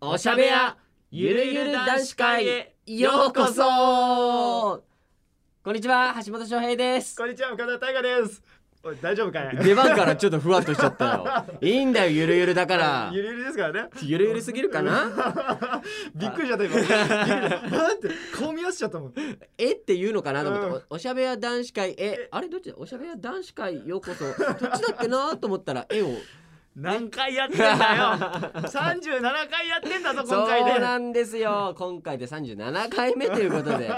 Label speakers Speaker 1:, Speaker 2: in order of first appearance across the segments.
Speaker 1: おしゃべやゆるゆる男子会へようこそこんにちは橋本翔平です
Speaker 2: こんにちは岡田大河です。おい大丈夫かい？
Speaker 1: 出番からちょっとふわっとしちゃった よいいんだよゆるゆるだから
Speaker 2: ゆるゆるですからね。
Speaker 1: ゆるゆるすぎるかな
Speaker 2: びっくりしちゃった今。びっくりしたなんて顔見合わせちゃったもん。
Speaker 1: えって言うのかなと思って、
Speaker 2: うん
Speaker 1: おおしゃべや男子会えあれどっちだおしゃべや男子会ようこそどっちだっけなと思った ら絵を
Speaker 2: 何回やってんだ よ。三十七回やってんだぞ
Speaker 1: そ
Speaker 2: 今回
Speaker 1: う
Speaker 2: で。
Speaker 1: なんですよ今回で37回目ということ で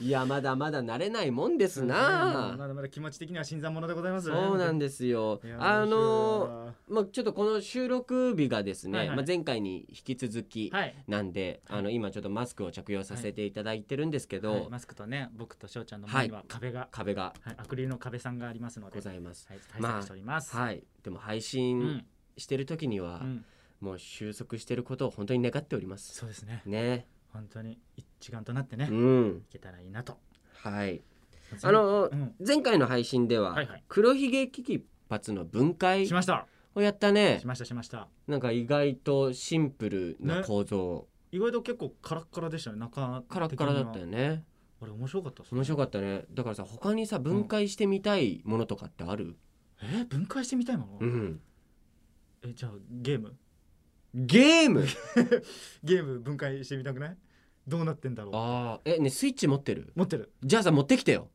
Speaker 1: いやまだまだ慣れないもんです
Speaker 2: うん
Speaker 1: な
Speaker 2: まだまだ気持ち的には新参者でございます。
Speaker 1: そうなんですよ
Speaker 2: いや
Speaker 1: あの
Speaker 2: 面
Speaker 1: まあ、ちょっとこの収録日がですね、
Speaker 2: はいはい
Speaker 1: まあ、前回に引き続き
Speaker 2: 白いはい。
Speaker 1: なんで、あの今ちょっとマスクを着用させていただいてるんですけど、
Speaker 2: はいマスクとね僕と翔ちゃんの前には壁が、
Speaker 1: 壁が
Speaker 2: はいアクリルの壁さんがありますので。
Speaker 1: ございます。
Speaker 2: はい対策しております。
Speaker 1: はい、でも配
Speaker 2: う
Speaker 1: 信
Speaker 2: ん
Speaker 1: してる時に
Speaker 2: う
Speaker 1: は、
Speaker 2: ん
Speaker 1: もう収束してることを本当に願っております。
Speaker 2: そうですね。
Speaker 1: ね、
Speaker 2: 本当に一丸となってね、
Speaker 1: う
Speaker 2: い
Speaker 1: ん、
Speaker 2: けたらいいなと。
Speaker 1: はい。あの、
Speaker 2: うん
Speaker 1: 前回の配信では、
Speaker 2: はいはい
Speaker 1: 黒ひげ危機発の分解
Speaker 2: しました。
Speaker 1: をやったね
Speaker 2: し。ましたしました。
Speaker 1: なんか意外とシンプルな
Speaker 2: ね
Speaker 1: 構造、
Speaker 2: 意外と結構カラッカラでしたね中
Speaker 1: カラッカラだったよ
Speaker 2: ね
Speaker 1: ね。
Speaker 2: あれ面白かったっすね
Speaker 1: 面白かったねだからさ他にさ分解してみたいものとかってある
Speaker 2: えー分解してみたいもの、
Speaker 1: ん
Speaker 2: えじゃあゲーム
Speaker 1: ゲーム
Speaker 2: ゲーム分解してみたくないどうなってんだろう
Speaker 1: ああえねスイッチ持ってる
Speaker 2: 持ってる
Speaker 1: じゃあさ持ってきてよ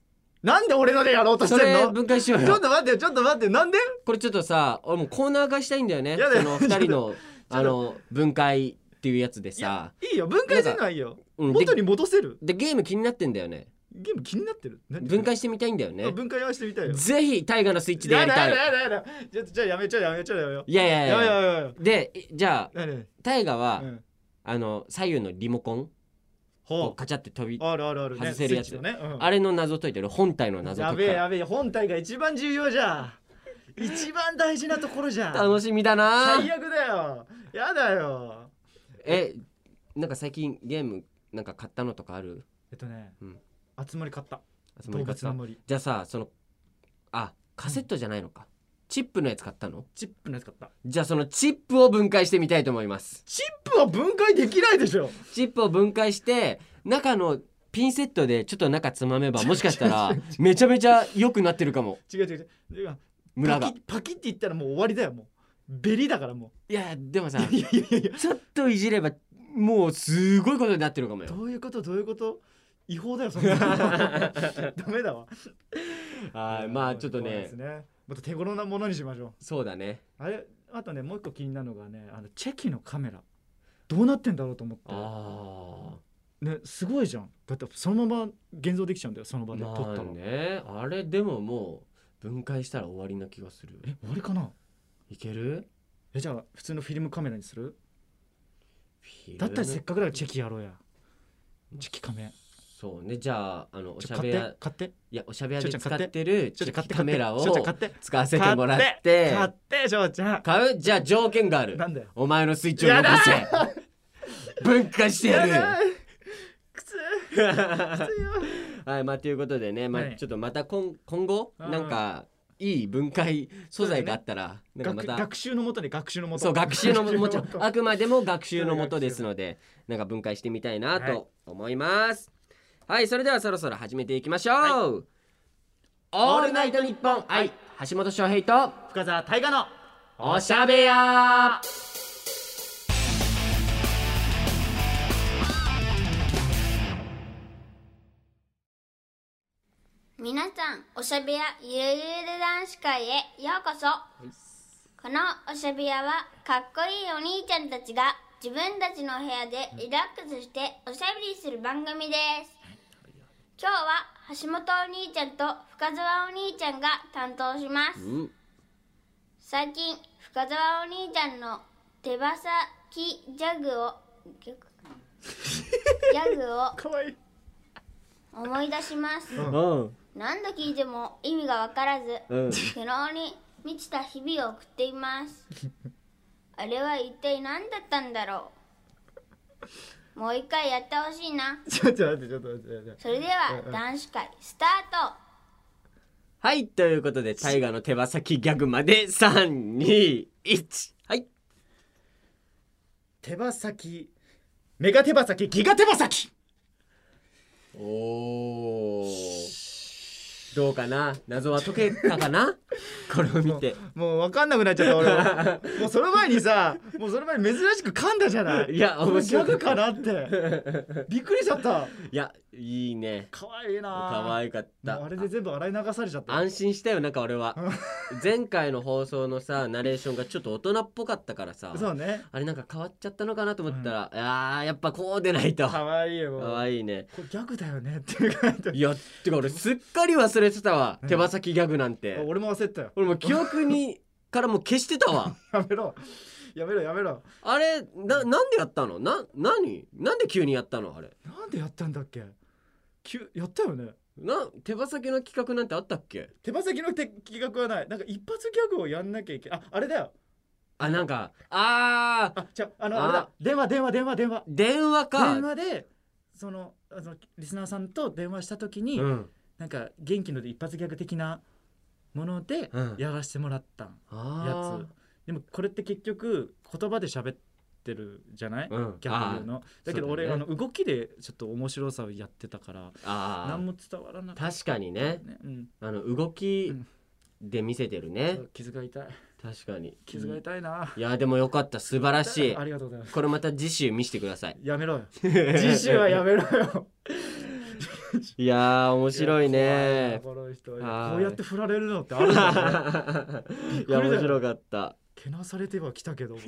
Speaker 2: なんで俺のでやろうと
Speaker 1: そ
Speaker 2: してん
Speaker 1: れ
Speaker 2: の
Speaker 1: 分解しよう
Speaker 2: ちょっ
Speaker 1: よ
Speaker 2: と待ってよちょっと待ってなんで
Speaker 1: これちょっとさ俺もうコーナー化したいんだよね
Speaker 2: やだ
Speaker 1: そ
Speaker 2: よ
Speaker 1: の二 人の
Speaker 2: と
Speaker 1: あの分解っていうやつで
Speaker 2: いや
Speaker 1: さ
Speaker 2: いいよ分解するのはいいよ
Speaker 1: うんで
Speaker 2: 元に戻せる
Speaker 1: でゲーム気になってんだよね
Speaker 2: ゲーム気になってる何
Speaker 1: 分解してみたいんだよ
Speaker 2: あ
Speaker 1: ね
Speaker 2: 分解はしてみたいよ
Speaker 1: ぜひ大河のスイッチでやりたい
Speaker 2: やだやだやだやだじゃあじゃあやめちゃうやめちゃうやめよう
Speaker 1: いやいやい
Speaker 2: や
Speaker 1: や
Speaker 2: めようやめよう
Speaker 1: でいじゃあ
Speaker 2: やめよう
Speaker 1: 大河は、
Speaker 2: 何うん
Speaker 1: あの左右のリモコンを
Speaker 2: ほ
Speaker 1: カチャって飛び
Speaker 2: うあるあるあるね
Speaker 1: 外せるやつ
Speaker 2: スイッチのねうん
Speaker 1: あれの謎解いてる本体の謎
Speaker 2: や
Speaker 1: 解く
Speaker 2: べえ
Speaker 1: から
Speaker 2: やべえ本体が一番重要じゃん一番大事なところじゃん
Speaker 1: 楽しみだな
Speaker 2: 最悪だよやだよ
Speaker 1: えなんか最近ゲームなんか買ったのとかある
Speaker 2: えっとね、
Speaker 1: うん
Speaker 2: 集まり買った
Speaker 1: 集ま
Speaker 2: 動
Speaker 1: り買っ
Speaker 2: 物
Speaker 1: た
Speaker 2: の森
Speaker 1: じゃあさそのあカセットじゃないのか、チップのやつ買ったの
Speaker 2: チップのやつ買った
Speaker 1: じゃあそのチップを分解してみたいと思います
Speaker 2: チップは分解できないでしょ
Speaker 1: チップを分解して中のピンセットでちょっと中つまめばもしかした らめちゃめちゃ良くなってるかも
Speaker 2: 違う違う違う
Speaker 1: 村が
Speaker 2: パキパキって言ったらもう終わりだよもうベリだからも
Speaker 1: いやでもさ
Speaker 2: ういやいやいやいや
Speaker 1: ちょっといじればもうすごいことになってるかもよ
Speaker 2: どういうことどういうこと違法だよそ んなのダメだわ
Speaker 1: はいまあちょっと
Speaker 2: そうで
Speaker 1: ね
Speaker 2: すねまた手頃なものにしましょう
Speaker 1: そうだね
Speaker 2: あれあとねもう一個気になるのがねあのチェキのカメラどうなってんだろうと思って
Speaker 1: ああ
Speaker 2: ねすごいじゃんだってそのまま現像できちゃうんだよその場で撮
Speaker 1: ま
Speaker 2: った
Speaker 1: あ
Speaker 2: ら、
Speaker 1: ねあれでももう分解したら終わりな気がする
Speaker 2: え終わりかない
Speaker 1: ける
Speaker 2: えじゃあ普通のフィルムカメラにする
Speaker 1: フィルム
Speaker 2: だったらせっかくだからチェキやろうやチェキカメ
Speaker 1: そうねじゃああのお
Speaker 2: ち
Speaker 1: し
Speaker 2: ょ
Speaker 1: ゃ
Speaker 2: 買っ
Speaker 1: べや
Speaker 2: て買って
Speaker 1: いやおしゃべや
Speaker 2: ち
Speaker 1: で
Speaker 2: ょちょ
Speaker 1: 使
Speaker 2: 買って
Speaker 1: ってる
Speaker 2: ちょちょ買って
Speaker 1: カメラを
Speaker 2: ちょちょ買って
Speaker 1: 使わせてもらって
Speaker 2: 買ってしょうちゃん
Speaker 1: 買うじゃあ条件がある
Speaker 2: なんだよ
Speaker 1: お前のスイッチを残せ分解してやる
Speaker 2: だー靴 靴よ
Speaker 1: はいまあということでねま
Speaker 2: は
Speaker 1: あ
Speaker 2: い
Speaker 1: ちょっとまた今今後
Speaker 2: うん
Speaker 1: なんかいい分解素材があったらなんかま
Speaker 2: 学
Speaker 1: た
Speaker 2: 学習のもとに学習のもと
Speaker 1: そう学習のも もちろん
Speaker 2: 学習のもと
Speaker 1: あくまでも学習のもとですのでなんか分解してみたいなと思いますはい、それではそろそろ始めていきましょう、オールナイトニッポン愛橋本翔平と
Speaker 2: 深澤大河の
Speaker 1: おしゃべや
Speaker 3: 皆さん、おしゃべやゆるゆる男子会へようこそ。このおしゃべやは、かっこいいお兄ちゃんたちが自分たちの部屋でリラックスしておしゃべりする番組です。今日は橋本お兄ちゃんと深澤お兄ちゃんが担当します。
Speaker 1: うん
Speaker 3: 最近深澤お兄ちゃんの手羽先ギャグをギャグギャグを
Speaker 2: かわいい
Speaker 3: 思い出します
Speaker 1: うん
Speaker 3: 何度聞いても意味がわからず
Speaker 1: うん
Speaker 3: 苦悩に満ちた日々を送っています あれは一体何だったんだろうもう一回やってほしいな
Speaker 2: ちょっと待ってちょっと待ってちょっと待って
Speaker 3: それでは男子会スタート
Speaker 1: はいということで大河の手羽先ギャグまで321はい
Speaker 2: 手羽先メガ手羽先ギガ手羽先
Speaker 1: おおどうかな謎は解けたかなこれを見 て
Speaker 2: もう分かんなくなっちゃった俺は もうその前にさもうその前に珍しく噛んだじゃない
Speaker 1: いや
Speaker 2: これ
Speaker 1: 面
Speaker 2: ギ
Speaker 1: 白
Speaker 2: ャ
Speaker 1: か
Speaker 2: グ
Speaker 1: った
Speaker 2: かなって びっくりしちゃった
Speaker 1: いやいいね
Speaker 2: 可愛いな
Speaker 1: 可
Speaker 2: い
Speaker 1: 愛かっ
Speaker 2: も
Speaker 1: た
Speaker 2: うあれで全部洗い流されちゃった
Speaker 1: 安心したよなんか俺は前回の放送のさナレーションがちょっと大人っぽかったからさ
Speaker 2: そうね
Speaker 1: あれなんか変わっちゃったのかなと思ったら、あーやっぱこうでないとか
Speaker 2: 可愛いよ
Speaker 1: わいいね
Speaker 2: これギャグだよねっていう感じ
Speaker 1: いやてか俺すっかり忘れてたわ、手羽先ギャグなんて
Speaker 2: 俺も焦ったよ
Speaker 1: 俺もう記憶にからもう消してた わ
Speaker 2: やめろやめろやめろ
Speaker 1: あれななんでやったのな何なんで急にやったのあれ
Speaker 2: なんでやったんだっけ急やったよね
Speaker 1: な手羽先の企画なんてあったっけ
Speaker 2: 手羽先の手企画はないなんか一発ギャグをやんなきゃいけないああれだよ
Speaker 1: あなんかあー
Speaker 2: あ じゃあの
Speaker 1: あ
Speaker 2: あれだ電話電話電話電話
Speaker 1: 電話か
Speaker 2: 電話でそのあのリスナーさんと電話した時に、
Speaker 1: うん
Speaker 2: なんか元気の一発ギャグ的なもので
Speaker 1: うん
Speaker 2: やらせてもらったんや
Speaker 1: あ
Speaker 2: つでもこれって結局言葉で喋ってるじゃない、
Speaker 1: うん
Speaker 2: ギャグのだけど
Speaker 1: そうだ
Speaker 2: 俺
Speaker 1: ね
Speaker 2: あの動きでちょっと面白さをやってたから
Speaker 1: つあー
Speaker 2: 何も伝わらなかっ
Speaker 1: 確かにね
Speaker 2: たね、うん、
Speaker 1: あの動き
Speaker 2: うん
Speaker 1: で見せてるね、
Speaker 2: そう傷が痛い
Speaker 1: 確かに
Speaker 2: 傷が痛いない
Speaker 1: やでもよかった素晴らしい
Speaker 2: ありがとうございます
Speaker 1: これまた次週見せてください
Speaker 2: や めろよ次週はやめろよ
Speaker 1: いやー面白いね
Speaker 2: 怖いなこの人
Speaker 1: はい
Speaker 2: こうやって振られるのってあるんだ ね
Speaker 1: いや面白かった
Speaker 2: けなされては来たけども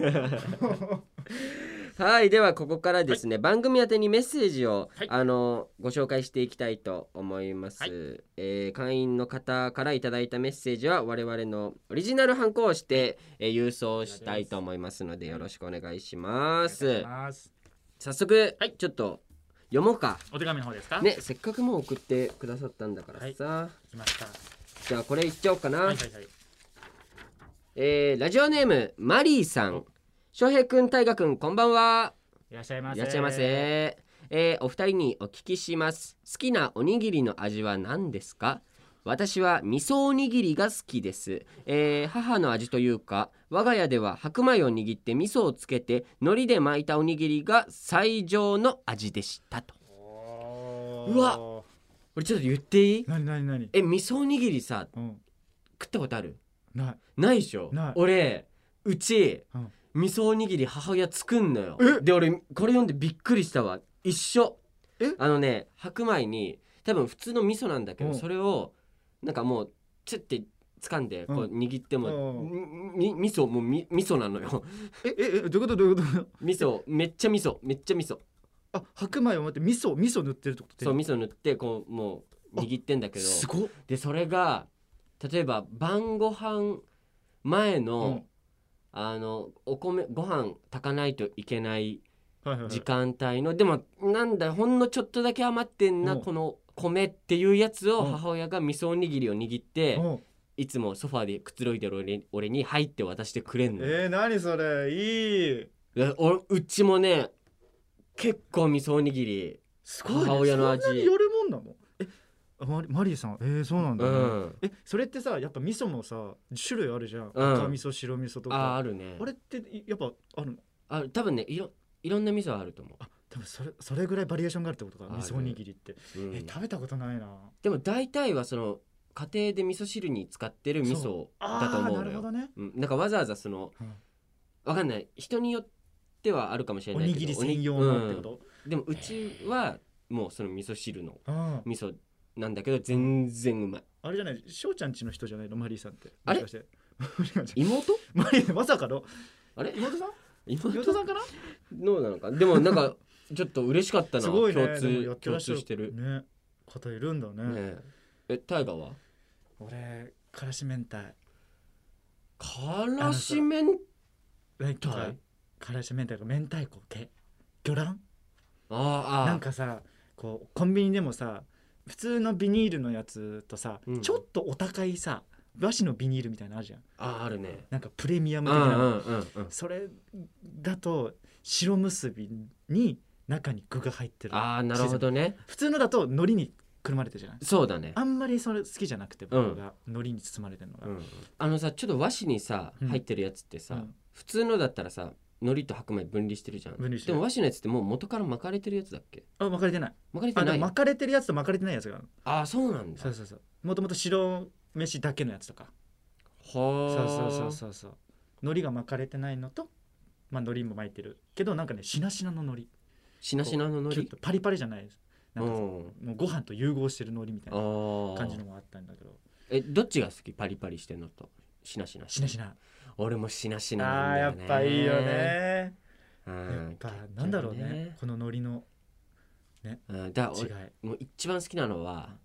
Speaker 1: はいではここからですね、番組宛てにメッセージを、
Speaker 2: はい
Speaker 1: あのご紹介していきたいと思います、
Speaker 2: はい
Speaker 1: えー会員の方からいただいたメッセージは我々のオリジナルハンコをして、えー郵送したいと思いますのでよろしくお願いします早速、
Speaker 2: はい
Speaker 1: ちょっと読もうか
Speaker 2: お手紙の方ですか
Speaker 1: ねせっかくもう送ってくださったんだからさ、
Speaker 2: 来ました
Speaker 1: じゃあこれいっちゃおうかな、
Speaker 2: はいはいはい
Speaker 1: えーラジオネームマリーさん翔平くん大河くんこんばんはい
Speaker 2: らっしゃいま
Speaker 1: い
Speaker 2: せ
Speaker 1: らっしゃいませえーお二人にお聞きします好きなおにぎりの味は何ですか私は味噌おにぎりが好きです、えー母の味というか我が家では白米を握って味噌をつけて海苔で巻いたおにぎりが最上の味でしたと
Speaker 2: おー
Speaker 1: うわ俺ちょっと言っていい
Speaker 2: なになになに
Speaker 1: え味噌おにぎりさ
Speaker 2: うん
Speaker 1: 食ったことある
Speaker 2: ない
Speaker 1: ないでしょ
Speaker 2: ない
Speaker 1: 俺うち、
Speaker 2: うん
Speaker 1: 味噌おにぎり母親作んのよ
Speaker 2: え
Speaker 1: で俺これ読んでびっくりしたわ一緒
Speaker 2: え
Speaker 1: あのね白米に多分普通の味噌なんだけど、
Speaker 2: うん
Speaker 1: それをなんかもうチュッて掴んでこう
Speaker 2: う
Speaker 1: 握っても、
Speaker 2: う
Speaker 1: みみ味噌もうみ味噌なのよ
Speaker 2: えええどういうことどういうこと
Speaker 1: 味噌めっちゃ味噌めっちゃ味噌
Speaker 2: あ白米を待って味噌味噌塗ってるってこと
Speaker 1: そう味噌塗ってこうもう握ってんだけど
Speaker 2: すごっ
Speaker 1: でそれが例えば晩ご飯前の、
Speaker 2: うん
Speaker 1: あのお米ご飯炊かないといけない
Speaker 2: はいはいはい
Speaker 1: 時間帯の、でもなんだほんのちょっとだけ余ってんな、
Speaker 2: うん
Speaker 1: この米っていうやつを
Speaker 2: うん
Speaker 1: 母親が味噌おにぎりを握って、
Speaker 2: うん
Speaker 1: いつもソファーでくつろいでる俺俺に入って渡してくれんの、
Speaker 2: えー何それいい
Speaker 1: でおうちもね結構味噌おにぎり
Speaker 2: すごいね
Speaker 1: 母親の味
Speaker 2: そんなによるもんなのえあマリマリーさんえーそうなんだ
Speaker 1: う
Speaker 2: ね
Speaker 1: ん、
Speaker 2: えそれってさやっぱ味噌もさ種類あるじゃん、
Speaker 1: うん
Speaker 2: 赤味噌白味噌と
Speaker 1: あ
Speaker 2: か
Speaker 1: あ
Speaker 2: あ
Speaker 1: るね
Speaker 2: れっていやっぱあるの
Speaker 1: あ多分ねいろいろんな味噌あると思
Speaker 2: 多分それそれぐらいバリエーションがあるってことか
Speaker 1: ある
Speaker 2: 味噌おにぎりって、
Speaker 1: う、うん
Speaker 2: え食べたことないな
Speaker 1: でも大体はその家庭で味噌汁に使ってる味噌
Speaker 2: そ
Speaker 1: だと思
Speaker 2: あー
Speaker 1: う
Speaker 2: な
Speaker 1: の
Speaker 2: るほ
Speaker 1: よ
Speaker 2: どね
Speaker 1: うん、なんかわざわざその、
Speaker 2: うん
Speaker 1: わかんない人によってはあるかもしれ
Speaker 2: お
Speaker 1: ないけど
Speaker 2: にぎり専用のってこ
Speaker 1: うん
Speaker 2: と、
Speaker 1: でもうちはもうその味噌汁の
Speaker 2: うん
Speaker 1: 味噌なんだけど全然うまい
Speaker 2: あれじゃない翔ちゃんちの人じゃないのマリーさんって
Speaker 1: あれ
Speaker 2: もしかして もしかして
Speaker 1: 妹
Speaker 2: マリーまさかの
Speaker 1: あれ
Speaker 2: 妹 さん妹
Speaker 1: 妹
Speaker 2: さんかな
Speaker 1: どうなのかでもなんかちょっと嬉しかったな
Speaker 2: すごいね
Speaker 1: 共
Speaker 2: でも
Speaker 1: 通
Speaker 2: やってら
Speaker 1: 共
Speaker 2: っしゃ
Speaker 1: 通してる、ね
Speaker 2: ね方いるんだね
Speaker 1: え、えタイガーは
Speaker 2: 俺からし明太
Speaker 1: からし明
Speaker 2: なん
Speaker 1: 太
Speaker 2: かからし明太が明太子って魚卵
Speaker 1: あーあー
Speaker 2: なんかさこうコンビニでもさ普通のビニールのやつとさ、
Speaker 1: うん
Speaker 2: ちょっとお高いさ和紙のビニールみたいなのあるじゃん
Speaker 1: あーあるね
Speaker 2: なんかプレミア
Speaker 1: うん
Speaker 2: ム
Speaker 1: う
Speaker 2: 的な、
Speaker 1: んうんうん
Speaker 2: それだと白結びに中に具が入ってる
Speaker 1: ああなるほどね
Speaker 2: 普通のだと海苔にくるまれてるじゃない
Speaker 1: そうだね
Speaker 2: あんまりそれ好きじゃなくて
Speaker 1: うん
Speaker 2: 僕が海苔に包まれてるのが、
Speaker 1: うんあのさちょっと和紙にさ
Speaker 2: うん
Speaker 1: 入ってるやつってさ、
Speaker 2: うん
Speaker 1: 普通のだったらさ海苔と白米分離してるじゃん
Speaker 2: 分離して
Speaker 1: で
Speaker 2: る
Speaker 1: も和紙のやつってもう元から巻かれてるやつだっけ
Speaker 2: あ巻かれてない
Speaker 1: 巻かれて
Speaker 2: あ
Speaker 1: な
Speaker 2: で
Speaker 1: い
Speaker 2: も巻かれてるやつと巻かれてないやつがある
Speaker 1: あそうなんだ
Speaker 2: そうそうそうもともと白飯だけのやつとか
Speaker 1: は
Speaker 2: そ
Speaker 1: あ
Speaker 2: うそうそうそうそう海苔が巻かれてないのとまあ海苔も巻いてるけどなんかねしなしなの海
Speaker 1: しなしなの海
Speaker 2: 苔キュッ
Speaker 1: 苔
Speaker 2: とパリパリじゃないですなんか
Speaker 1: うん
Speaker 2: もうご飯と融合してる海苔みたいな
Speaker 1: ああ
Speaker 2: 感じのもあったんだけど
Speaker 1: えどっちが好きパリパリしてんのとしなしな
Speaker 2: しなしな
Speaker 1: 俺もしなしな
Speaker 2: あー
Speaker 1: な
Speaker 2: や
Speaker 1: ん
Speaker 2: っ
Speaker 1: だよね
Speaker 2: ぱいいよね
Speaker 1: う
Speaker 2: や
Speaker 1: ん
Speaker 2: っぱなんだろうねこの海苔の
Speaker 1: うんだから
Speaker 2: 違い
Speaker 1: 俺もう一番好きなのは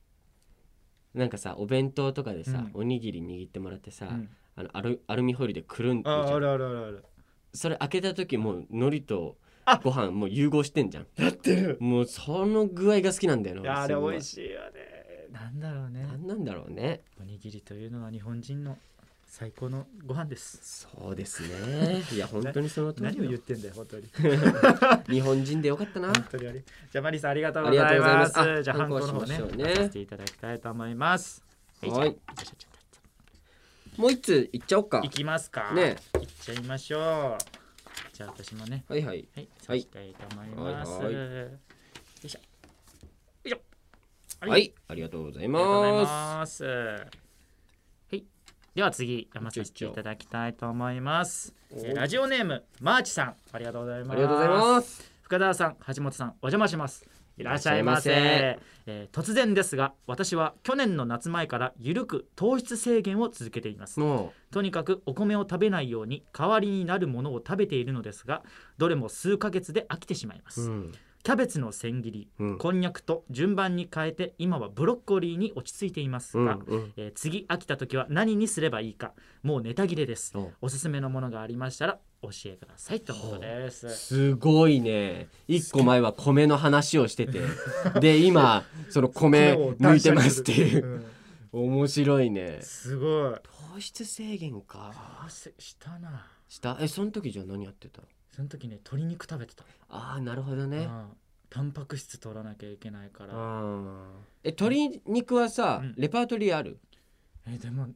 Speaker 1: なんかさお弁当とかでさ、
Speaker 2: うん
Speaker 1: おにぎり握ってもらってさ、
Speaker 2: うん
Speaker 1: あのアルアルミホイルでくるんでる
Speaker 2: あ
Speaker 1: じゃ
Speaker 2: ーあ
Speaker 1: ん
Speaker 2: るあるあるある
Speaker 1: それ開けた時もう海苔と
Speaker 2: あ
Speaker 1: ご飯もう融合してんじゃん
Speaker 2: なってる
Speaker 1: もうその具合が好きなんだよ
Speaker 2: い
Speaker 1: ね
Speaker 2: やあれ美味
Speaker 1: い
Speaker 2: しいよねなんだろうね
Speaker 1: 何なんだろうね
Speaker 2: おにぎりというのは日本人の最高のご飯です
Speaker 1: そうです ねいや本当にその通
Speaker 2: 何を言
Speaker 1: り
Speaker 2: ってんだよ本当に
Speaker 1: 日本人でよかった な
Speaker 2: 本当にありじゃあマリさんありがとうございます
Speaker 1: ありがとうございますあ
Speaker 2: じゃあハンコの方ね
Speaker 1: ハンコしましょうね
Speaker 2: 出させていただきたいと思います
Speaker 1: はい
Speaker 2: じゃあじゃあじゃあじゃ
Speaker 1: もう一ついっちゃおうか
Speaker 2: あ行きますか
Speaker 1: ね
Speaker 2: 行っちゃいましょうじゃあ私もね
Speaker 1: はいはい
Speaker 2: はい、
Speaker 1: は
Speaker 2: はいい、したいと思います。
Speaker 1: はいはい
Speaker 2: よいしょ。よいしょ。
Speaker 1: はい、
Speaker 2: はい、
Speaker 1: ありがとうござい
Speaker 2: ありがとうござい
Speaker 1: ま
Speaker 2: ます。はい、では次、読ませていただきたいと思います。
Speaker 1: おい
Speaker 2: えーラジオネーム、マーチさん、ありがとうございますす。。
Speaker 1: ありがとうございますす
Speaker 2: 深田さん、橋本さん、お邪魔します。いらっしゃいませ
Speaker 1: いらっしゃい
Speaker 2: えー突然ですが私は去年の夏前からゆるく糖質制限を続けています
Speaker 1: も
Speaker 2: とにかくお米を食べないように代わりになるものを食べているのですがどれも数ヶ月で飽きてしまいま
Speaker 1: う、
Speaker 2: す、
Speaker 1: うん
Speaker 2: キャベツの千切り、
Speaker 1: うん
Speaker 2: こんにゃくと順番に変えて今はブロッコリーに落ち着いています
Speaker 1: うん
Speaker 2: が、
Speaker 1: うん
Speaker 2: えー次飽きた時は何にすればいいかもうネタ切れです
Speaker 1: お
Speaker 2: おすすめのものがありましたら教えくださいということです
Speaker 1: すごいね一個前は米の話をしててで今その米抜いてますっていう、
Speaker 2: ん
Speaker 1: 面白いね
Speaker 2: すごい
Speaker 1: 糖質制限か
Speaker 2: 汗したな
Speaker 1: したえその時じゃあ何やってた
Speaker 2: その時ね鶏肉食べてた、
Speaker 1: ああなるほど
Speaker 2: う
Speaker 1: ね
Speaker 2: んタンパク質取らなきゃいけないか
Speaker 1: あ
Speaker 2: ら
Speaker 1: ーえ鶏肉はさ、
Speaker 2: うん
Speaker 1: レパートリーある
Speaker 2: えーでも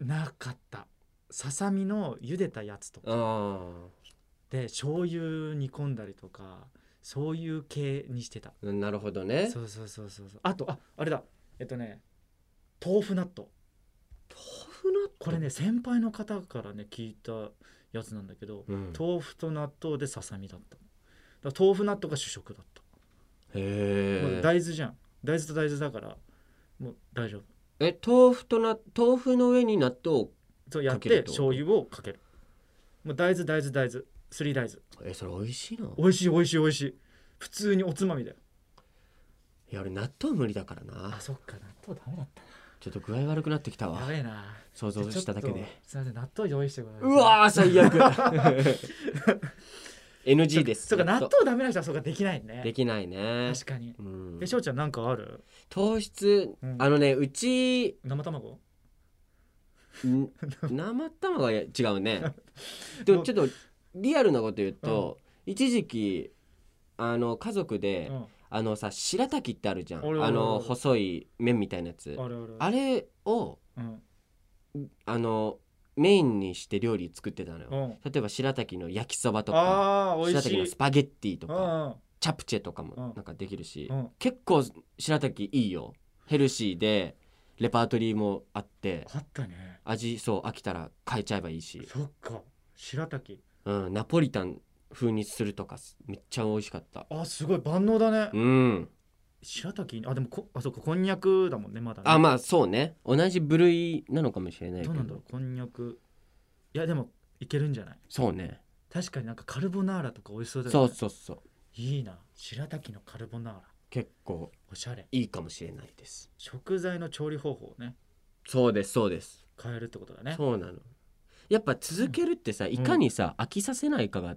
Speaker 2: なかったささみの茹でたやつとか
Speaker 1: あ
Speaker 2: で醤油煮込んだりとかそういう系にしてた
Speaker 1: ーなるほどね
Speaker 2: そうそうそうそうそうあとああれだえっとね豆腐納豆
Speaker 1: 豆腐の
Speaker 2: これね先輩の方からね聞いたやつなんだけど、
Speaker 1: うん
Speaker 2: 豆腐と納豆でささみだっただから豆腐納豆が主食だった、も
Speaker 1: へ
Speaker 2: う
Speaker 1: ー
Speaker 2: 大豆じゃん大豆と大豆だからもう大丈夫
Speaker 1: え豆腐とな豆腐の上に納豆
Speaker 2: そうやっ
Speaker 1: かけるっててこと
Speaker 2: 醤油をかけるもう大豆大豆大豆すり大豆
Speaker 1: えそれ美味しいな
Speaker 2: 美味しい美味しい美味しい普通におつまみだよ
Speaker 1: いや俺納豆無理だからな
Speaker 2: そっか納豆ダメだった
Speaker 1: ちょっと具合悪くなってきたわ
Speaker 2: やべえな
Speaker 1: 想像しただけ
Speaker 2: ちょっ
Speaker 1: で
Speaker 2: とすいません納豆用意してくださいう
Speaker 1: わー最悪 NG です
Speaker 2: そうか
Speaker 1: 納
Speaker 2: 納
Speaker 1: 豆
Speaker 2: 豆ダメな人はそうかできないね
Speaker 1: できないね
Speaker 2: 確かに
Speaker 1: うん
Speaker 2: えしょうちゃんなんかある
Speaker 1: 糖質
Speaker 2: うん
Speaker 1: あのねうち
Speaker 2: 生卵
Speaker 1: ん生卵は違うねでもちょっとリアルなこと言うと、一時期あの家族で、
Speaker 2: うん
Speaker 1: あのさ白滝ってあるじゃん
Speaker 2: あるある
Speaker 1: あ
Speaker 2: あ
Speaker 1: の
Speaker 2: る
Speaker 1: 細い麺みたいなやつ
Speaker 2: あるある
Speaker 1: あれを
Speaker 2: うん
Speaker 1: あのメインにして料理作ってたのよ、
Speaker 2: うん
Speaker 1: 例えば白滝の焼きそばとか
Speaker 2: あー美
Speaker 1: 白
Speaker 2: 味し
Speaker 1: 滝
Speaker 2: い
Speaker 1: のスパゲッティと
Speaker 2: う
Speaker 1: か
Speaker 2: ん
Speaker 1: チャプチェとかも
Speaker 2: うん
Speaker 1: なんかできるし、
Speaker 2: うん
Speaker 1: 結構白滝いいよヘルシーでレパートリーもあって
Speaker 2: あったね
Speaker 1: 味そう飽きたら変えちゃえばいいし、
Speaker 2: そっか白滝
Speaker 1: うん、ナポリタン風にするとかすめっちゃ美味しかった
Speaker 2: あすごい万能だね
Speaker 1: うん
Speaker 2: 白滝あでもこあそっかこんにゃくだもんねまだね
Speaker 1: あまあそうね同じ部類なのかもしれないけど
Speaker 2: どうなんだろうこんにゃくいやでもいけるんじゃない
Speaker 1: そうね
Speaker 2: 確かになんかカルボナーラとか美味しそうだ
Speaker 1: そ
Speaker 2: よ
Speaker 1: う
Speaker 2: ね
Speaker 1: そうそう
Speaker 2: いいな白滝のカルボナーラ
Speaker 1: 結構
Speaker 2: おしゃれ
Speaker 1: いいかもしれないです
Speaker 2: 食材の調理方法をね
Speaker 1: そうですそうです
Speaker 2: 変えるってことだね
Speaker 1: そうなのやっぱ続けるってさいかにさ飽きさせないかが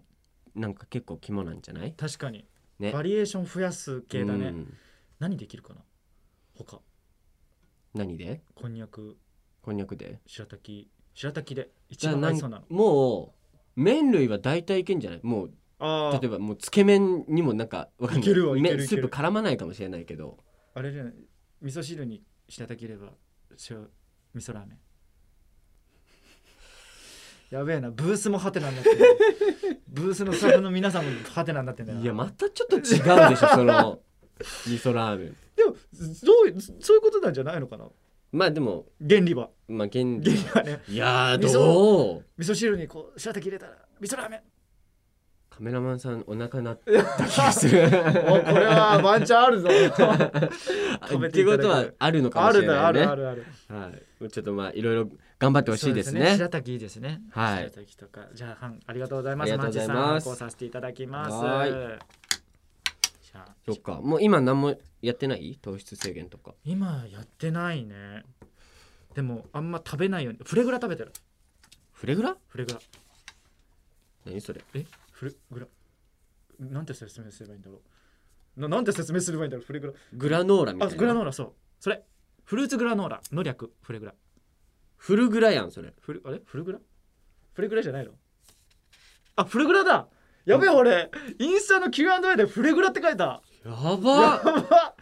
Speaker 1: なんか結構肝なんじゃない
Speaker 2: 確かに、
Speaker 1: ね
Speaker 2: バリエーション増やす系だね、
Speaker 1: うん
Speaker 2: 何できるかな他
Speaker 1: 何で
Speaker 2: こんにゃく
Speaker 1: こんにゃくで
Speaker 2: 白滝白滝で一
Speaker 1: じゃあ
Speaker 2: 番合
Speaker 1: なん
Speaker 2: いそうなの
Speaker 1: もう麺類は大体いけんじゃないもう
Speaker 2: ああ
Speaker 1: 例えばもうつけ麺にもなんかわかんない
Speaker 2: いけるわいける
Speaker 1: 麺
Speaker 2: い
Speaker 1: ス
Speaker 2: け
Speaker 1: ー
Speaker 2: る
Speaker 1: プ絡まないかもしれないけど
Speaker 2: あれじゃない味噌汁に白滝いれば塩味噌ラーメンやべえなブースもハテナになってるブースのスタッフの皆さんもハテナになってんだよない
Speaker 1: やまたちょっと違うでしょそ の味噌ラーメン
Speaker 2: でもそういうそういうことなんじゃないのかな
Speaker 1: まあでも
Speaker 2: 原理は
Speaker 1: まあ原理
Speaker 2: 原理はね
Speaker 1: いやー
Speaker 2: 味噌
Speaker 1: どう
Speaker 2: 味噌汁にこう白滝入れたら味噌ラーメン
Speaker 1: カメラマンさんお腹なった気がする
Speaker 2: おこれはワンチャ ンあるぞ食べ
Speaker 1: ってて
Speaker 2: いた
Speaker 1: こ
Speaker 2: だく
Speaker 1: とはあるのか
Speaker 2: あ
Speaker 1: もし
Speaker 2: る
Speaker 1: れないね
Speaker 2: だあるあるある
Speaker 1: はい、ちょっとまあいろいろ頑張ってほしいです
Speaker 2: そう
Speaker 1: ね
Speaker 2: 白滝いいですね
Speaker 1: はい
Speaker 2: 白滝とかじゃあはんありがとうございます
Speaker 1: ありがとうございます
Speaker 2: マンチさん反抗させていただきます
Speaker 1: は
Speaker 2: じゃあ
Speaker 1: そっかもう今何もやってない糖質制限とか
Speaker 2: 今やってないねでもあんま食べないようにフレグラ食べてる
Speaker 1: フレグラ
Speaker 2: フレグラ
Speaker 1: 何それ
Speaker 2: えフレグラなんて説明すればいいんだろうななんて説明すればいいんだろうフレグ
Speaker 1: グラノーラみた
Speaker 2: ラ
Speaker 1: い
Speaker 2: あ
Speaker 1: な
Speaker 2: グラノーラそうそれフルーツグラノーラの略フレグラ
Speaker 1: フルグラやんそれ
Speaker 2: フルあれフルグラフレグラじゃないのあフレグラだやべえ俺インスタの Q&A でフレグラって書いた
Speaker 1: やば
Speaker 2: やば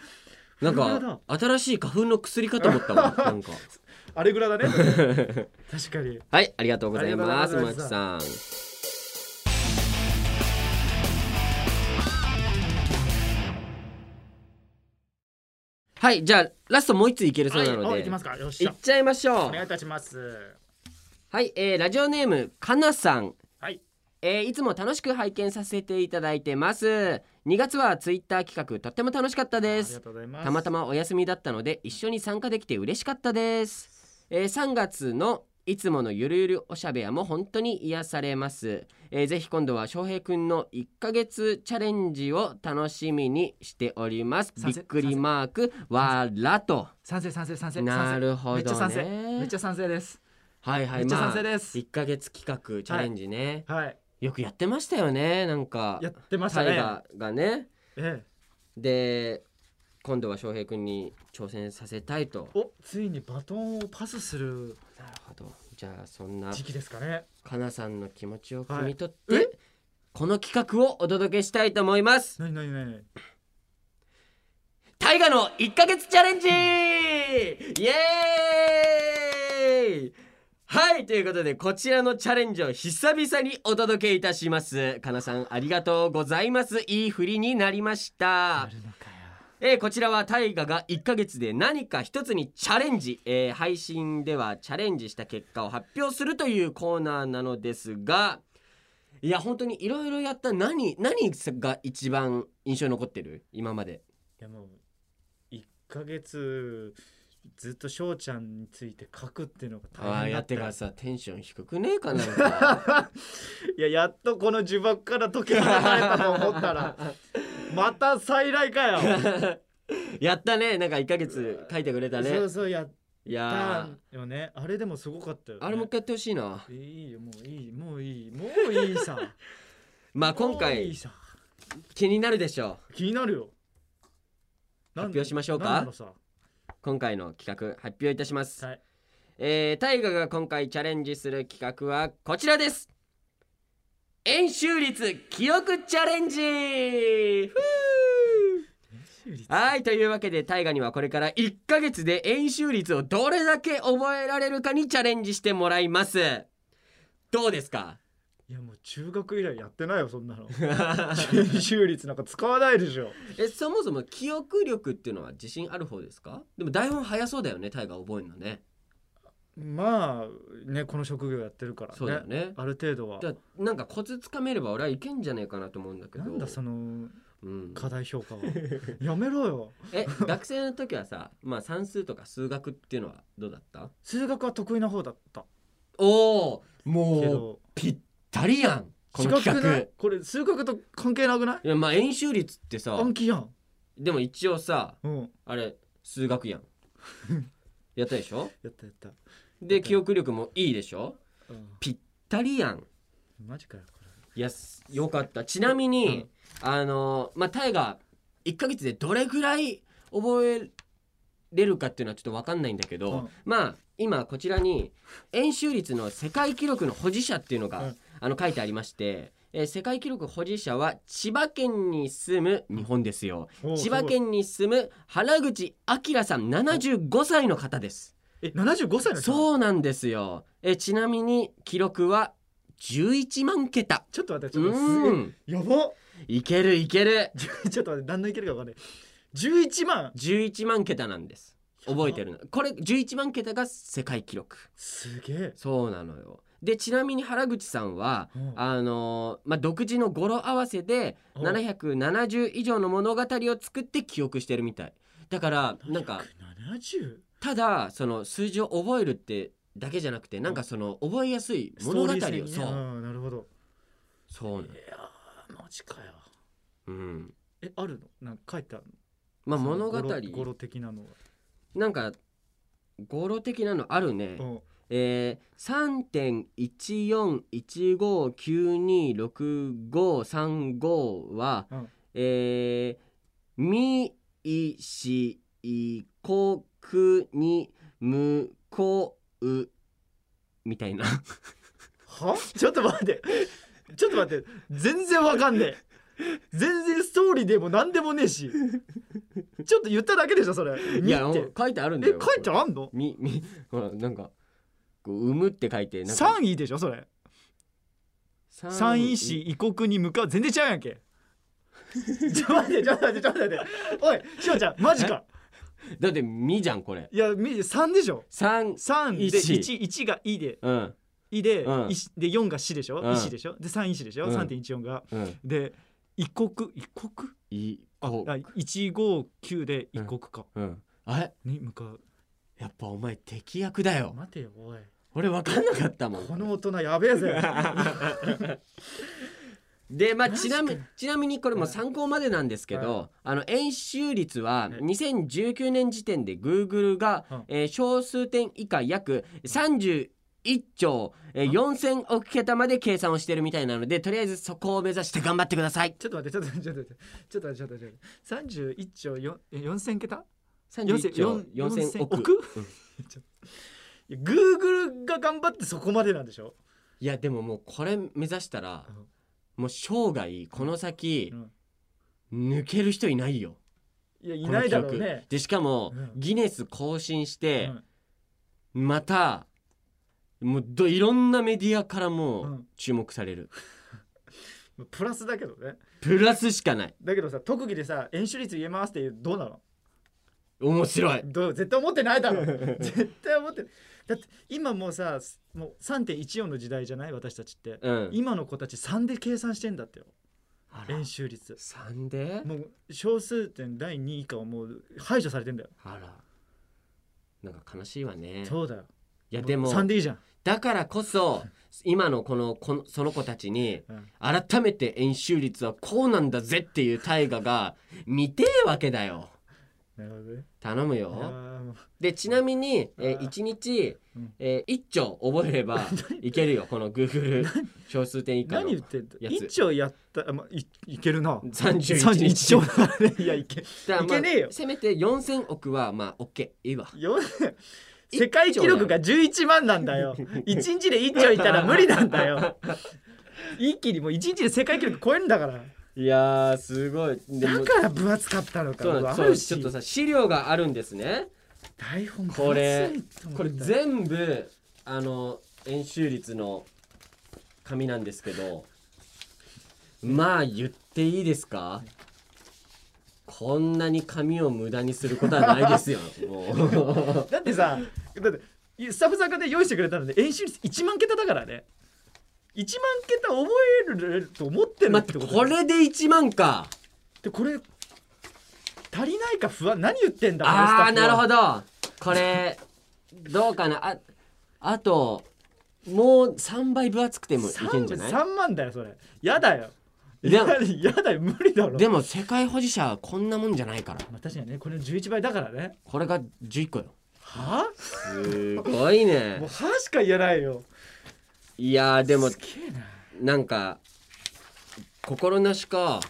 Speaker 1: なん
Speaker 2: フレグラ
Speaker 1: か新しい花粉の薬かと思 ったわなんか
Speaker 2: あれぐ らだね確かに
Speaker 1: はいありがとうございます
Speaker 2: あり
Speaker 1: マー
Speaker 2: が
Speaker 1: ク
Speaker 2: とうござ
Speaker 1: さんはいじゃあラストもう一ついけるそうなので、
Speaker 2: はいあ
Speaker 1: い
Speaker 2: いきますかよっし
Speaker 1: っ
Speaker 2: ゃ
Speaker 1: ちゃいましょ
Speaker 2: お
Speaker 1: う
Speaker 2: 願いいたします
Speaker 1: はい、えーラジオネームかなさん、
Speaker 2: はい
Speaker 1: えーいつも楽しく拝見させていただいてます2月はツイッター企画とっても楽しかったで
Speaker 2: あり
Speaker 1: す
Speaker 2: がとうございます
Speaker 1: たまたまお休みだったので一緒に参加できて嬉しかったです、えー3月のいつものゆるゆるおしゃべやも本当に癒されます、えーぜひ今度は翔平くんの1ヶ月チャレンジを楽しみにしておりますび
Speaker 2: 賛
Speaker 1: っ
Speaker 2: 成
Speaker 1: くりマークわらと
Speaker 2: 賛成賛成賛成
Speaker 1: なるほどね
Speaker 2: めっちゃ賛成めっちゃ賛成です
Speaker 1: はいはい
Speaker 2: めっちゃ賛成
Speaker 1: まあ
Speaker 2: です
Speaker 1: 1ヶ月企画チャレンジね、
Speaker 2: はい
Speaker 1: よくやってましたよねなんか
Speaker 2: やってました
Speaker 1: タイ
Speaker 2: ね
Speaker 1: ガーがね
Speaker 2: ええ
Speaker 1: で今度は翔平君に挑戦させたいと
Speaker 2: おついにバトンをパスする
Speaker 1: なるほどじゃあそんな
Speaker 2: 時期ですかね
Speaker 1: かなさんの気持ちを
Speaker 2: はい
Speaker 1: 汲み取って、この企画をお届けしたいと思います
Speaker 2: なになになに
Speaker 1: タイガの1ヶ月チャレンジイエーイはいということでこちらのチャレンジを久々にお届けいたしますかなさんありがとうございますいい振りになりました
Speaker 2: るのかよ
Speaker 1: えーこちらは大ガが1ヶ月で何か一つにチャレンジ、えー配信ではチャレンジした結果を発表するというコーナーなのですがいや本当にいろいろやった何何が一番印象に残ってる今まで
Speaker 2: いやもう1ヶ月ずっと翔ちゃんについて書くっていうのが
Speaker 1: ああ
Speaker 2: 大変
Speaker 1: や
Speaker 2: だ
Speaker 1: っ
Speaker 2: ってた
Speaker 1: からさテンション低くねえかなんか
Speaker 2: いややっとこの呪縛から解き放たれたと思っ たらまた再来かよ、
Speaker 1: やったねなんか1ヶ月書いてくれたね
Speaker 2: そうそうやっ
Speaker 1: いや
Speaker 2: たよねあれでもすごかったよ、ね、
Speaker 1: ーあれもう一回やってほしいない
Speaker 2: いよもういいもういいもういいさ
Speaker 1: まあ今
Speaker 2: もういい
Speaker 1: 回
Speaker 2: さ
Speaker 1: 気になるでしょ
Speaker 2: 気になるよ
Speaker 1: 発表しましょうか
Speaker 2: なんだろさ
Speaker 1: う今回の企画発表いたします
Speaker 2: はい
Speaker 1: えー、大河が今回チャレンジする企画はこちらです演習率記憶チャレンジふーはいというわけで大河にはこれから1ヶ月で演習率をどれだけ覚えられるかにチャレンジしてもらいますどうですか
Speaker 2: いやもう中学以来やってないよそんなの研修率なんか使わないでしょ
Speaker 1: えそもそも記憶力っていうのは自信ある方ですかでも台本早そうだよね大河覚えるのね
Speaker 2: まあねこの職業やってるからね
Speaker 1: そうだよね
Speaker 2: ある程度は
Speaker 1: だなんかコツつかめれば俺はいけんじゃねえかなと思うんだけど
Speaker 2: なんだその
Speaker 1: うん、
Speaker 2: 課題評価 はやめろよ
Speaker 1: え学生の時はさ、まあ、算数とか数学っていうのはどうだった
Speaker 2: 数学は得意な方だった
Speaker 1: おお
Speaker 2: け
Speaker 1: もう
Speaker 2: ど
Speaker 1: ぴったりやんこの
Speaker 2: 違
Speaker 1: 企
Speaker 2: くな
Speaker 1: 画い
Speaker 2: いこれ数学と関係なくない
Speaker 1: やまあ演習率ってさ
Speaker 2: 暗記やん
Speaker 1: でも一応さ
Speaker 2: うん
Speaker 1: あれ数学 やんやったでしょ
Speaker 2: やったやった、
Speaker 1: で記憶力もいいでしょ
Speaker 2: うん
Speaker 1: ぴったりやん
Speaker 2: マジかよこれ
Speaker 1: いやすよかったちなみに、あのまあタイが1ヶ月でどれぐらい覚えれるかっていうのはちょっと分かんないんだけど、
Speaker 2: うん
Speaker 1: まあ今こちらに円周率の世界記録の保持者っていうのが、
Speaker 2: うん
Speaker 1: あの書いてありまして、えー世界記録保持者は千葉県に住む日本ですよ
Speaker 2: おー
Speaker 1: 千葉県に住む原口明さん75歳の方です。
Speaker 2: すごいえ75歳の人
Speaker 1: そうなんですよえちなみに記録は11万桁
Speaker 2: ちょっと待ってち
Speaker 1: う
Speaker 2: ょっとすげえ
Speaker 1: ん
Speaker 2: やば
Speaker 1: いけるいける
Speaker 2: ちょっと待って何のいけるか分かんない11万
Speaker 1: 11万桁なんです覚えてるのこれ11万桁が世界記録
Speaker 2: すげえ
Speaker 1: そうなのよでちなみに原口さんは
Speaker 2: うん
Speaker 1: あのーまあ、独自の語呂合わせで
Speaker 2: うん
Speaker 1: 770以上の物語を作って記憶してるみたいだからなんか
Speaker 2: 70?
Speaker 1: ただその数字を覚えるってだけじゃなくてなんかその覚えやすい物語を
Speaker 2: ストーリー性
Speaker 1: そう
Speaker 2: にねうんなるほど
Speaker 1: そうなの
Speaker 2: いやーマジかよ
Speaker 1: うん
Speaker 2: えあるのなんか書いてあるの
Speaker 1: まあ
Speaker 2: その
Speaker 1: 物
Speaker 2: 語
Speaker 1: 語
Speaker 2: 呂語呂的なのは
Speaker 1: なんか語呂的なのあるね、
Speaker 2: うん
Speaker 1: えー、3.1415926535は、
Speaker 2: うん
Speaker 1: えー、みいしいこくにむこうみたいな
Speaker 2: は ちょっと待ってちょっと待って全然わかんねえ全然ストーリーでも何でもねえしちょっと言っただけでしょそれ
Speaker 1: いや
Speaker 2: にって
Speaker 1: 書いてあるん
Speaker 2: え
Speaker 1: だよ
Speaker 2: 書いて
Speaker 1: こ
Speaker 2: あんの
Speaker 1: れみみ ほらなんかこう「産む」って書いてなんか
Speaker 2: 三位でしょそれ
Speaker 1: 三
Speaker 2: 三位市異国に向かう全然違うやんけ ちょっと待ってちょっと待ってちょっと待っておいしおちゃんマジか
Speaker 1: だって「み」じゃんこれ
Speaker 2: いやみ三でしょ
Speaker 1: 三
Speaker 2: 三で
Speaker 1: 石
Speaker 2: 一一がいで
Speaker 1: うん
Speaker 2: いで、
Speaker 1: うん
Speaker 2: いしで四がしでしょ、
Speaker 1: うん
Speaker 2: 石でしょで三石でしょ、
Speaker 1: うん
Speaker 2: 三点一四が
Speaker 1: うん
Speaker 2: で異国異国
Speaker 1: い
Speaker 2: あ
Speaker 1: こう
Speaker 2: あ159で異国か、
Speaker 1: うんあれ
Speaker 2: に向かう
Speaker 1: やっぱお前敵役だよ
Speaker 2: 待てよおい
Speaker 1: 俺分かんなかったもん
Speaker 2: この大人やべえ ぜ
Speaker 1: でまあ
Speaker 2: マジ
Speaker 1: ち
Speaker 2: か
Speaker 1: なみちなみにこれも参考までなんですけど、あの円周率は
Speaker 2: はい
Speaker 1: 2019年時点で Google が、
Speaker 2: うん
Speaker 1: えー小数点以下約31兆、えー4000億桁まで計算をしてるみたいなのでとりあえずそこを目指して頑張ってください
Speaker 2: ちょっと待ってちょっと待ってちょっと待ってちょっと待ってちょっと待って三十一兆四四千桁
Speaker 1: 31兆
Speaker 2: 四
Speaker 1: 4000億うん
Speaker 2: いや Google が頑張ってそこまでなんでしょ、
Speaker 1: いやでももうこれ目指したらもう生涯この先
Speaker 2: うん
Speaker 1: 抜ける人いないよ
Speaker 2: いやい
Speaker 1: こ
Speaker 2: な
Speaker 1: の
Speaker 2: い
Speaker 1: 記
Speaker 2: だろ
Speaker 1: 録
Speaker 2: うね、
Speaker 1: でしかも
Speaker 2: うん
Speaker 1: ギネス更新し
Speaker 2: う
Speaker 1: て、
Speaker 2: ん
Speaker 1: またもうどいろんなメディアから
Speaker 2: う
Speaker 1: も
Speaker 2: ん
Speaker 1: 注目される、
Speaker 2: プラスだけどね
Speaker 1: プラスしかない
Speaker 2: だけどさ特技でさ演習率言えますっていうどうなの
Speaker 1: 面白い
Speaker 2: どう絶対思ってないだ ろ絶対思ってないだって今もうさもう3.14の時代じゃない私たちって、
Speaker 1: うん
Speaker 2: 今の子たち3で計算してんだってよ
Speaker 1: あら
Speaker 2: 練習率
Speaker 1: 3で
Speaker 2: もう小数点第2以下はもう排除されてんだよ、
Speaker 1: あらなんか悲しいわね
Speaker 2: そうだよ
Speaker 1: いやでも
Speaker 2: 3でいいじゃん、
Speaker 1: だからこそ今のこのこのその子たちに
Speaker 2: うん
Speaker 1: 改めて円周率はこうなんだぜっていう大河が見てえわけだよ
Speaker 2: なるほどね
Speaker 1: 頼む
Speaker 2: あ
Speaker 1: よ
Speaker 2: ーもう
Speaker 1: でちなみに、えー、
Speaker 2: あー
Speaker 1: 1日、
Speaker 2: うん
Speaker 1: えー、1兆覚えれ ばいけるよこの Google 小数点以下の
Speaker 2: 何言ってんだ
Speaker 1: やつ
Speaker 2: 1兆やったあ、まあ、いいけるな
Speaker 1: 31
Speaker 2: 31兆だか らねいやいけ
Speaker 1: だからまあ
Speaker 2: いけねえよ
Speaker 1: せめて4000億はまあ OK いいわ
Speaker 2: よ世界記録が11万なんだよ一日で1兆いったら無理なんだよ一気にもう一日で世界記録超えるんだから
Speaker 1: いやーすごいで
Speaker 2: だから分厚かったのか
Speaker 1: そうなんです
Speaker 2: わ
Speaker 1: そ
Speaker 2: か
Speaker 1: うなん
Speaker 2: る
Speaker 1: ですちょっとさ資料があるんですね
Speaker 2: 台本
Speaker 1: これ
Speaker 2: 分厚いと思
Speaker 1: これ
Speaker 2: った
Speaker 1: 全部あの円周率の紙なんですけどまあ言っていいですかこんなに紙を無駄にすることはないですよもう
Speaker 2: だってさだってスタッフさんがね用意してくれたので演習率1万桁だからね1万桁覚えれると思ってるっ
Speaker 1: 待
Speaker 2: て
Speaker 1: って
Speaker 2: こと
Speaker 1: これで1万か
Speaker 2: でこれ足りないか不安何言ってんだ
Speaker 1: ああなるほ
Speaker 2: ど
Speaker 1: どこれどうかなああともう3倍分厚くてもいけんじゃない
Speaker 2: 3万だよそれやだよ
Speaker 1: で
Speaker 2: や
Speaker 1: も
Speaker 2: やだよ無理だろ
Speaker 1: でも世界保持者はこんなもんじゃないから
Speaker 2: まあ、確かにねこれの11倍だからね
Speaker 1: これが11個よ
Speaker 2: は
Speaker 1: すごい
Speaker 2: あも
Speaker 1: ね
Speaker 2: うはしか言えないよ
Speaker 1: いやーでも
Speaker 2: すげえな、
Speaker 1: なんか心なしか
Speaker 2: はい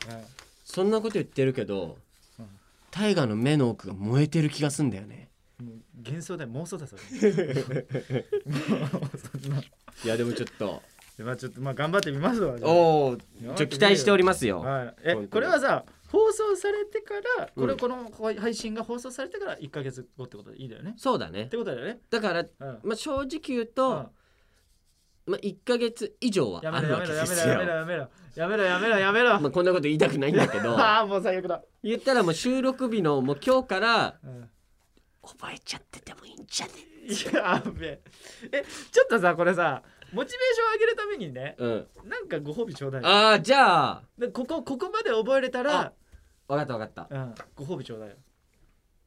Speaker 1: そんなこと言ってるけど
Speaker 2: うん
Speaker 1: 大河の目の奥が燃えてる気がすんだよ ね
Speaker 2: もう幻想だよ妄想だそれもうそんない
Speaker 1: やでもちょっと
Speaker 2: でまあちょっとまあ頑張ってみますわじゃあ
Speaker 1: おおちょ期待しておりますよ
Speaker 2: はい、え
Speaker 1: 本当に
Speaker 2: これはさ放送されてからこれ、
Speaker 1: うん
Speaker 2: この配信が放送されてから1か月後ってことでいいだよね
Speaker 1: そうだね
Speaker 2: ってことだよね
Speaker 1: だから
Speaker 2: うん
Speaker 1: まあ正直言うと、
Speaker 2: うん
Speaker 1: まあ、1ヶ月以上は
Speaker 2: や
Speaker 1: あ
Speaker 2: めろ
Speaker 1: る
Speaker 2: や
Speaker 1: わけ
Speaker 2: めろ
Speaker 1: で
Speaker 2: やめろ
Speaker 1: すよ
Speaker 2: やめろやめろやめろやめろやめろ
Speaker 1: まあ、こんなこと言いたくないんだけど
Speaker 2: ああもう最悪だ、
Speaker 1: 言ったらもう収録日のもう今日から
Speaker 2: うん、
Speaker 1: 覚えちゃっててもいいんじゃね
Speaker 2: いやべええちょっとさこれさモチベーション上げるためにね
Speaker 1: うん
Speaker 2: なんかご褒美ちょうだいよ
Speaker 1: ああじゃあ
Speaker 2: でここここまで覚えれたら、
Speaker 1: 分かった分かった
Speaker 2: うん、ご褒美ちょうだいよ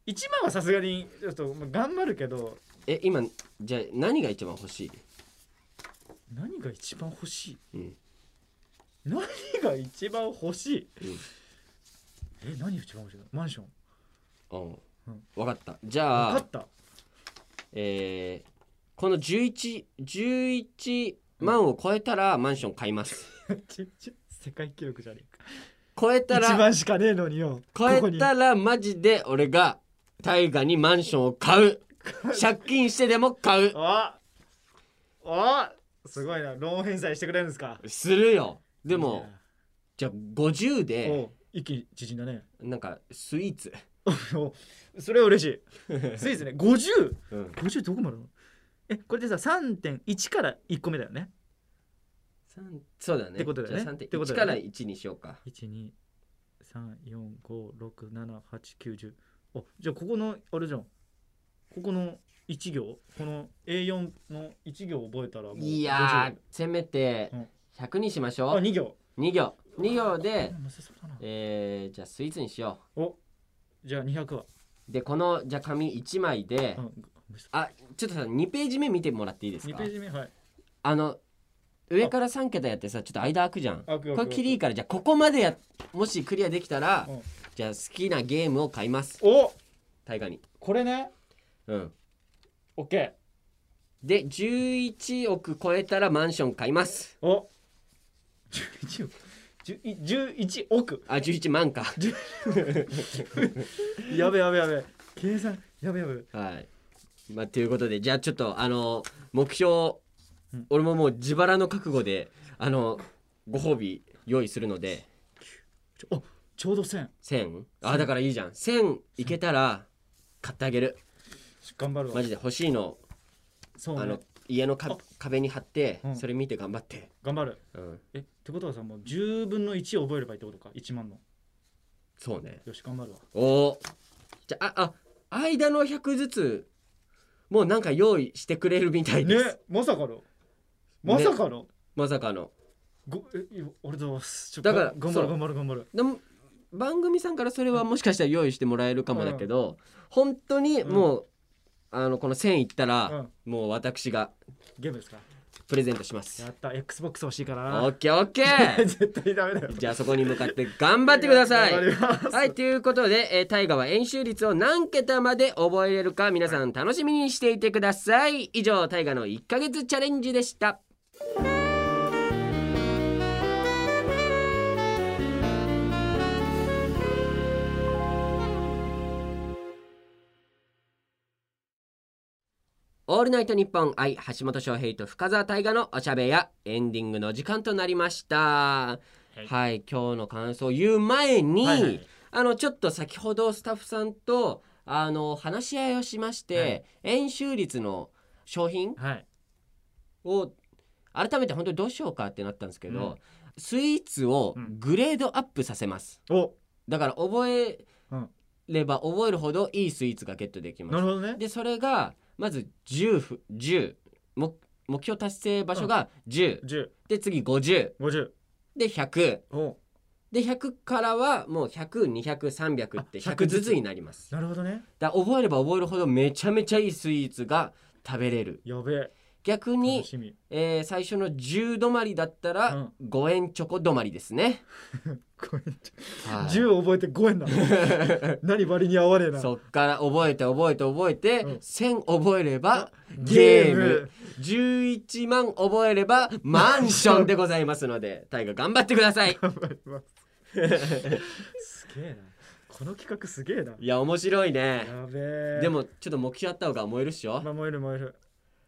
Speaker 2: 1万はさすがにちょっとまあ頑張るけど
Speaker 1: え今じゃあ何が一番欲しい
Speaker 2: 何が一番欲しい
Speaker 1: うん
Speaker 2: 何が一番欲しい、
Speaker 1: うん
Speaker 2: え何一番欲しいのマンション
Speaker 1: うん
Speaker 2: うん
Speaker 1: 分かったじゃ
Speaker 2: 分
Speaker 1: あ
Speaker 2: かった
Speaker 1: えーこの1111万を超えたらマンション買います
Speaker 2: ちち世界記録じゃねえ
Speaker 1: 超えた
Speaker 2: か一
Speaker 1: ら
Speaker 2: 番しかねえのによ
Speaker 1: 超
Speaker 2: ここ
Speaker 1: え
Speaker 2: に
Speaker 1: たらマジで俺が大河にマンションを買う借金してでも買う
Speaker 2: ああすごいなローン返済してくれるんですか
Speaker 1: するよで
Speaker 2: い
Speaker 1: も
Speaker 2: や
Speaker 1: じゃあ50で
Speaker 2: お一気に縮んだね。
Speaker 1: なんかスイーツ
Speaker 2: おそれは嬉しい。スイーツね、50!50
Speaker 1: うん
Speaker 2: どこまでなのえ、これでさ、3.1から1個目だよね。
Speaker 1: 三そうだね。
Speaker 2: ってことだよね
Speaker 1: じゃあ
Speaker 2: ってこ
Speaker 1: 3.1
Speaker 2: とだよ
Speaker 1: か
Speaker 2: ね
Speaker 1: ら1にしようか。
Speaker 2: 1、2、3、4、5、6、7、8、9、10。おじゃあここの、あれじゃん。ここの1行、この A4 の1行覚えたらもう。
Speaker 1: いやー、せめて
Speaker 2: うん
Speaker 1: 100にしまし
Speaker 2: 50あ、
Speaker 1: ょう。
Speaker 2: 2行。
Speaker 1: 2行。2行で、
Speaker 2: むずそうだな
Speaker 1: えー、じゃあスイーツにしよ
Speaker 2: おじゃあ200は。
Speaker 1: う。で、この、じゃあ紙1枚で
Speaker 2: う、ん、むずそ
Speaker 1: あ、ちょっとさ、2ページ目見てもらっていいです
Speaker 2: う2
Speaker 1: か
Speaker 2: ページ目、はい。
Speaker 1: あの、上から3桁やってさ、ちょっと間空くじゃん。
Speaker 2: あ、こ
Speaker 1: これキリいいから、じゃあここまでや、もしクリアできたら
Speaker 2: うん、
Speaker 1: じゃあ好きなゲームを買います。
Speaker 2: お
Speaker 1: 大河に。
Speaker 2: これね。
Speaker 1: うん。
Speaker 2: OK。
Speaker 1: で、11億超えたらマンション買います。
Speaker 2: お11億11億
Speaker 1: あ、11万か。
Speaker 2: やべやべやべ計算やべやべ
Speaker 1: はい。まあ、ということで、じゃあちょっと、あの、目標
Speaker 2: うん、
Speaker 1: 俺ももう自腹の覚悟で、あの、ご褒美用意するので、
Speaker 2: ちょあちょうど1000
Speaker 1: 1000? あ、だからいいじゃん。1000いけたら、買ってあげる。
Speaker 2: 頑張るわ
Speaker 1: マジで欲しいの、
Speaker 2: そう
Speaker 1: あ
Speaker 2: ね
Speaker 1: の、家のか壁に貼って
Speaker 2: う、ん
Speaker 1: それ見て頑張って。
Speaker 2: 頑張る
Speaker 1: うん。
Speaker 2: えってことはさもう10分の1を覚えればいいってことか1万の
Speaker 1: そうね。
Speaker 2: よし頑張るわ
Speaker 1: おーじゃあ、あ、あ、間の100ずつ、もうなんか用意してくれるみたいです。
Speaker 2: ねまさかのまさかの、
Speaker 1: まさかの。
Speaker 2: ごえいやありがとうございますちょ
Speaker 1: だから
Speaker 2: 頑張
Speaker 1: そう
Speaker 2: る頑張る頑張る
Speaker 1: でも番組さんからそれはもしかしたら用意してもらえるかもだけど、本当にもう、あのこの1000いったら、もう私が
Speaker 2: ゲームですか
Speaker 1: プレゼントします
Speaker 2: やった XBOX 欲しいからな
Speaker 1: OKOK
Speaker 2: 絶対ダメだよ
Speaker 1: じゃあそこに向かって頑張ってください
Speaker 2: 頑張ります
Speaker 1: はいということで、えー、大河は演習率を何桁まで覚えれるか皆さん楽しみにしていてください以上大河の1ヶ月チャレンジでしたオールナイトニッポン愛橋本翔平と深澤大河のおしゃべやエンディングの時間となりましたはい、
Speaker 2: い
Speaker 1: 今日の感想を言う前に、
Speaker 2: はいはい
Speaker 1: あのちょっと先ほどスタッフさんとあの話し合いをしまして、
Speaker 2: はい
Speaker 1: 円周率の商品
Speaker 2: はい
Speaker 1: を改めて本当にどうしようかってなったんですけど、
Speaker 2: うん
Speaker 1: スイーツを
Speaker 2: うん
Speaker 1: グレードアップさせます、
Speaker 2: お
Speaker 1: だから覚え
Speaker 2: うん
Speaker 1: れば覚えるほどいいスイーツがゲットできます
Speaker 2: なるほどね
Speaker 1: でそれがまず10ふ10目目標達成場所が10、で次50
Speaker 2: 1050
Speaker 1: で100
Speaker 2: お
Speaker 1: で100からはもう10020030って
Speaker 2: あ
Speaker 1: 100ずつになります
Speaker 2: なるほどね
Speaker 1: だから覚えれば覚えるほどめちゃめちゃいいスイーツが食べれる
Speaker 2: やべえ
Speaker 1: 逆
Speaker 2: 楽
Speaker 1: に、
Speaker 2: しみ
Speaker 1: えー最初の10止まりだった
Speaker 2: う
Speaker 1: ら
Speaker 2: ん
Speaker 1: 5円チョコ止まりですね、
Speaker 2: これ
Speaker 1: はい
Speaker 2: 10覚えて5円 なの何割に合わねえな
Speaker 1: そっから覚えて覚えて覚えて、
Speaker 2: うん
Speaker 1: 1000覚えればゲ
Speaker 2: ゲ
Speaker 1: ー
Speaker 2: ー
Speaker 1: ム
Speaker 2: ム
Speaker 1: 11万覚えればマンションでございますので大河頑張ってください
Speaker 2: 頑張りますすげえなこの企画すげえない
Speaker 1: や面白いね
Speaker 2: やべえ
Speaker 1: でもちょっと目標あった方が燃えるっしょ、
Speaker 2: まあ燃える燃える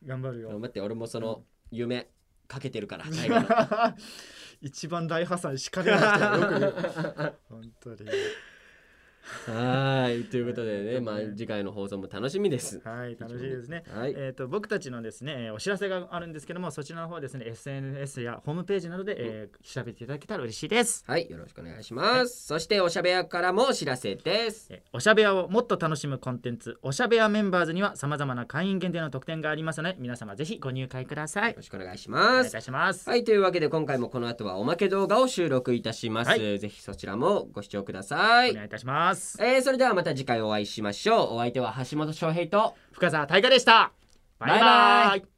Speaker 2: 頑張るよ
Speaker 1: 待って俺もその夢かけてるから大河の
Speaker 2: 一番大破産しかねえな人よく言う本当に
Speaker 1: はいということでね、まあ、次回の放送も楽しみです。
Speaker 2: はい、楽しいですね。
Speaker 1: はい
Speaker 2: えっ、と僕たちのですね、えーお知らせがあるんですけども、そちらの方はですね、SNS やホームページなどで、えー、調べていただけたら嬉しいです。
Speaker 1: はい、よろしくお願いします。そして、おしゃべやからもお知らせです。
Speaker 2: えーおしゃべやをもっと楽しむコンテンツ、おしゃべやメンバーズにはさまざまな会員限定の特典がありますので、皆様ぜひご入会ください
Speaker 1: よ。ろしくお願いし
Speaker 2: お
Speaker 1: ま
Speaker 2: 願いい
Speaker 1: す
Speaker 2: た。します。
Speaker 1: はい、というわけで、今回もこの後はおまけ動画を収録いたします。
Speaker 2: は
Speaker 1: ぜひそちらもご視聴くださ
Speaker 2: お
Speaker 1: い
Speaker 2: 願。いいたします。
Speaker 1: えー、それではまた次回お会いしましょう。お相手は橋本翔平と。
Speaker 2: 深澤大我でした。バイバ
Speaker 1: バイバ
Speaker 2: イ
Speaker 1: イ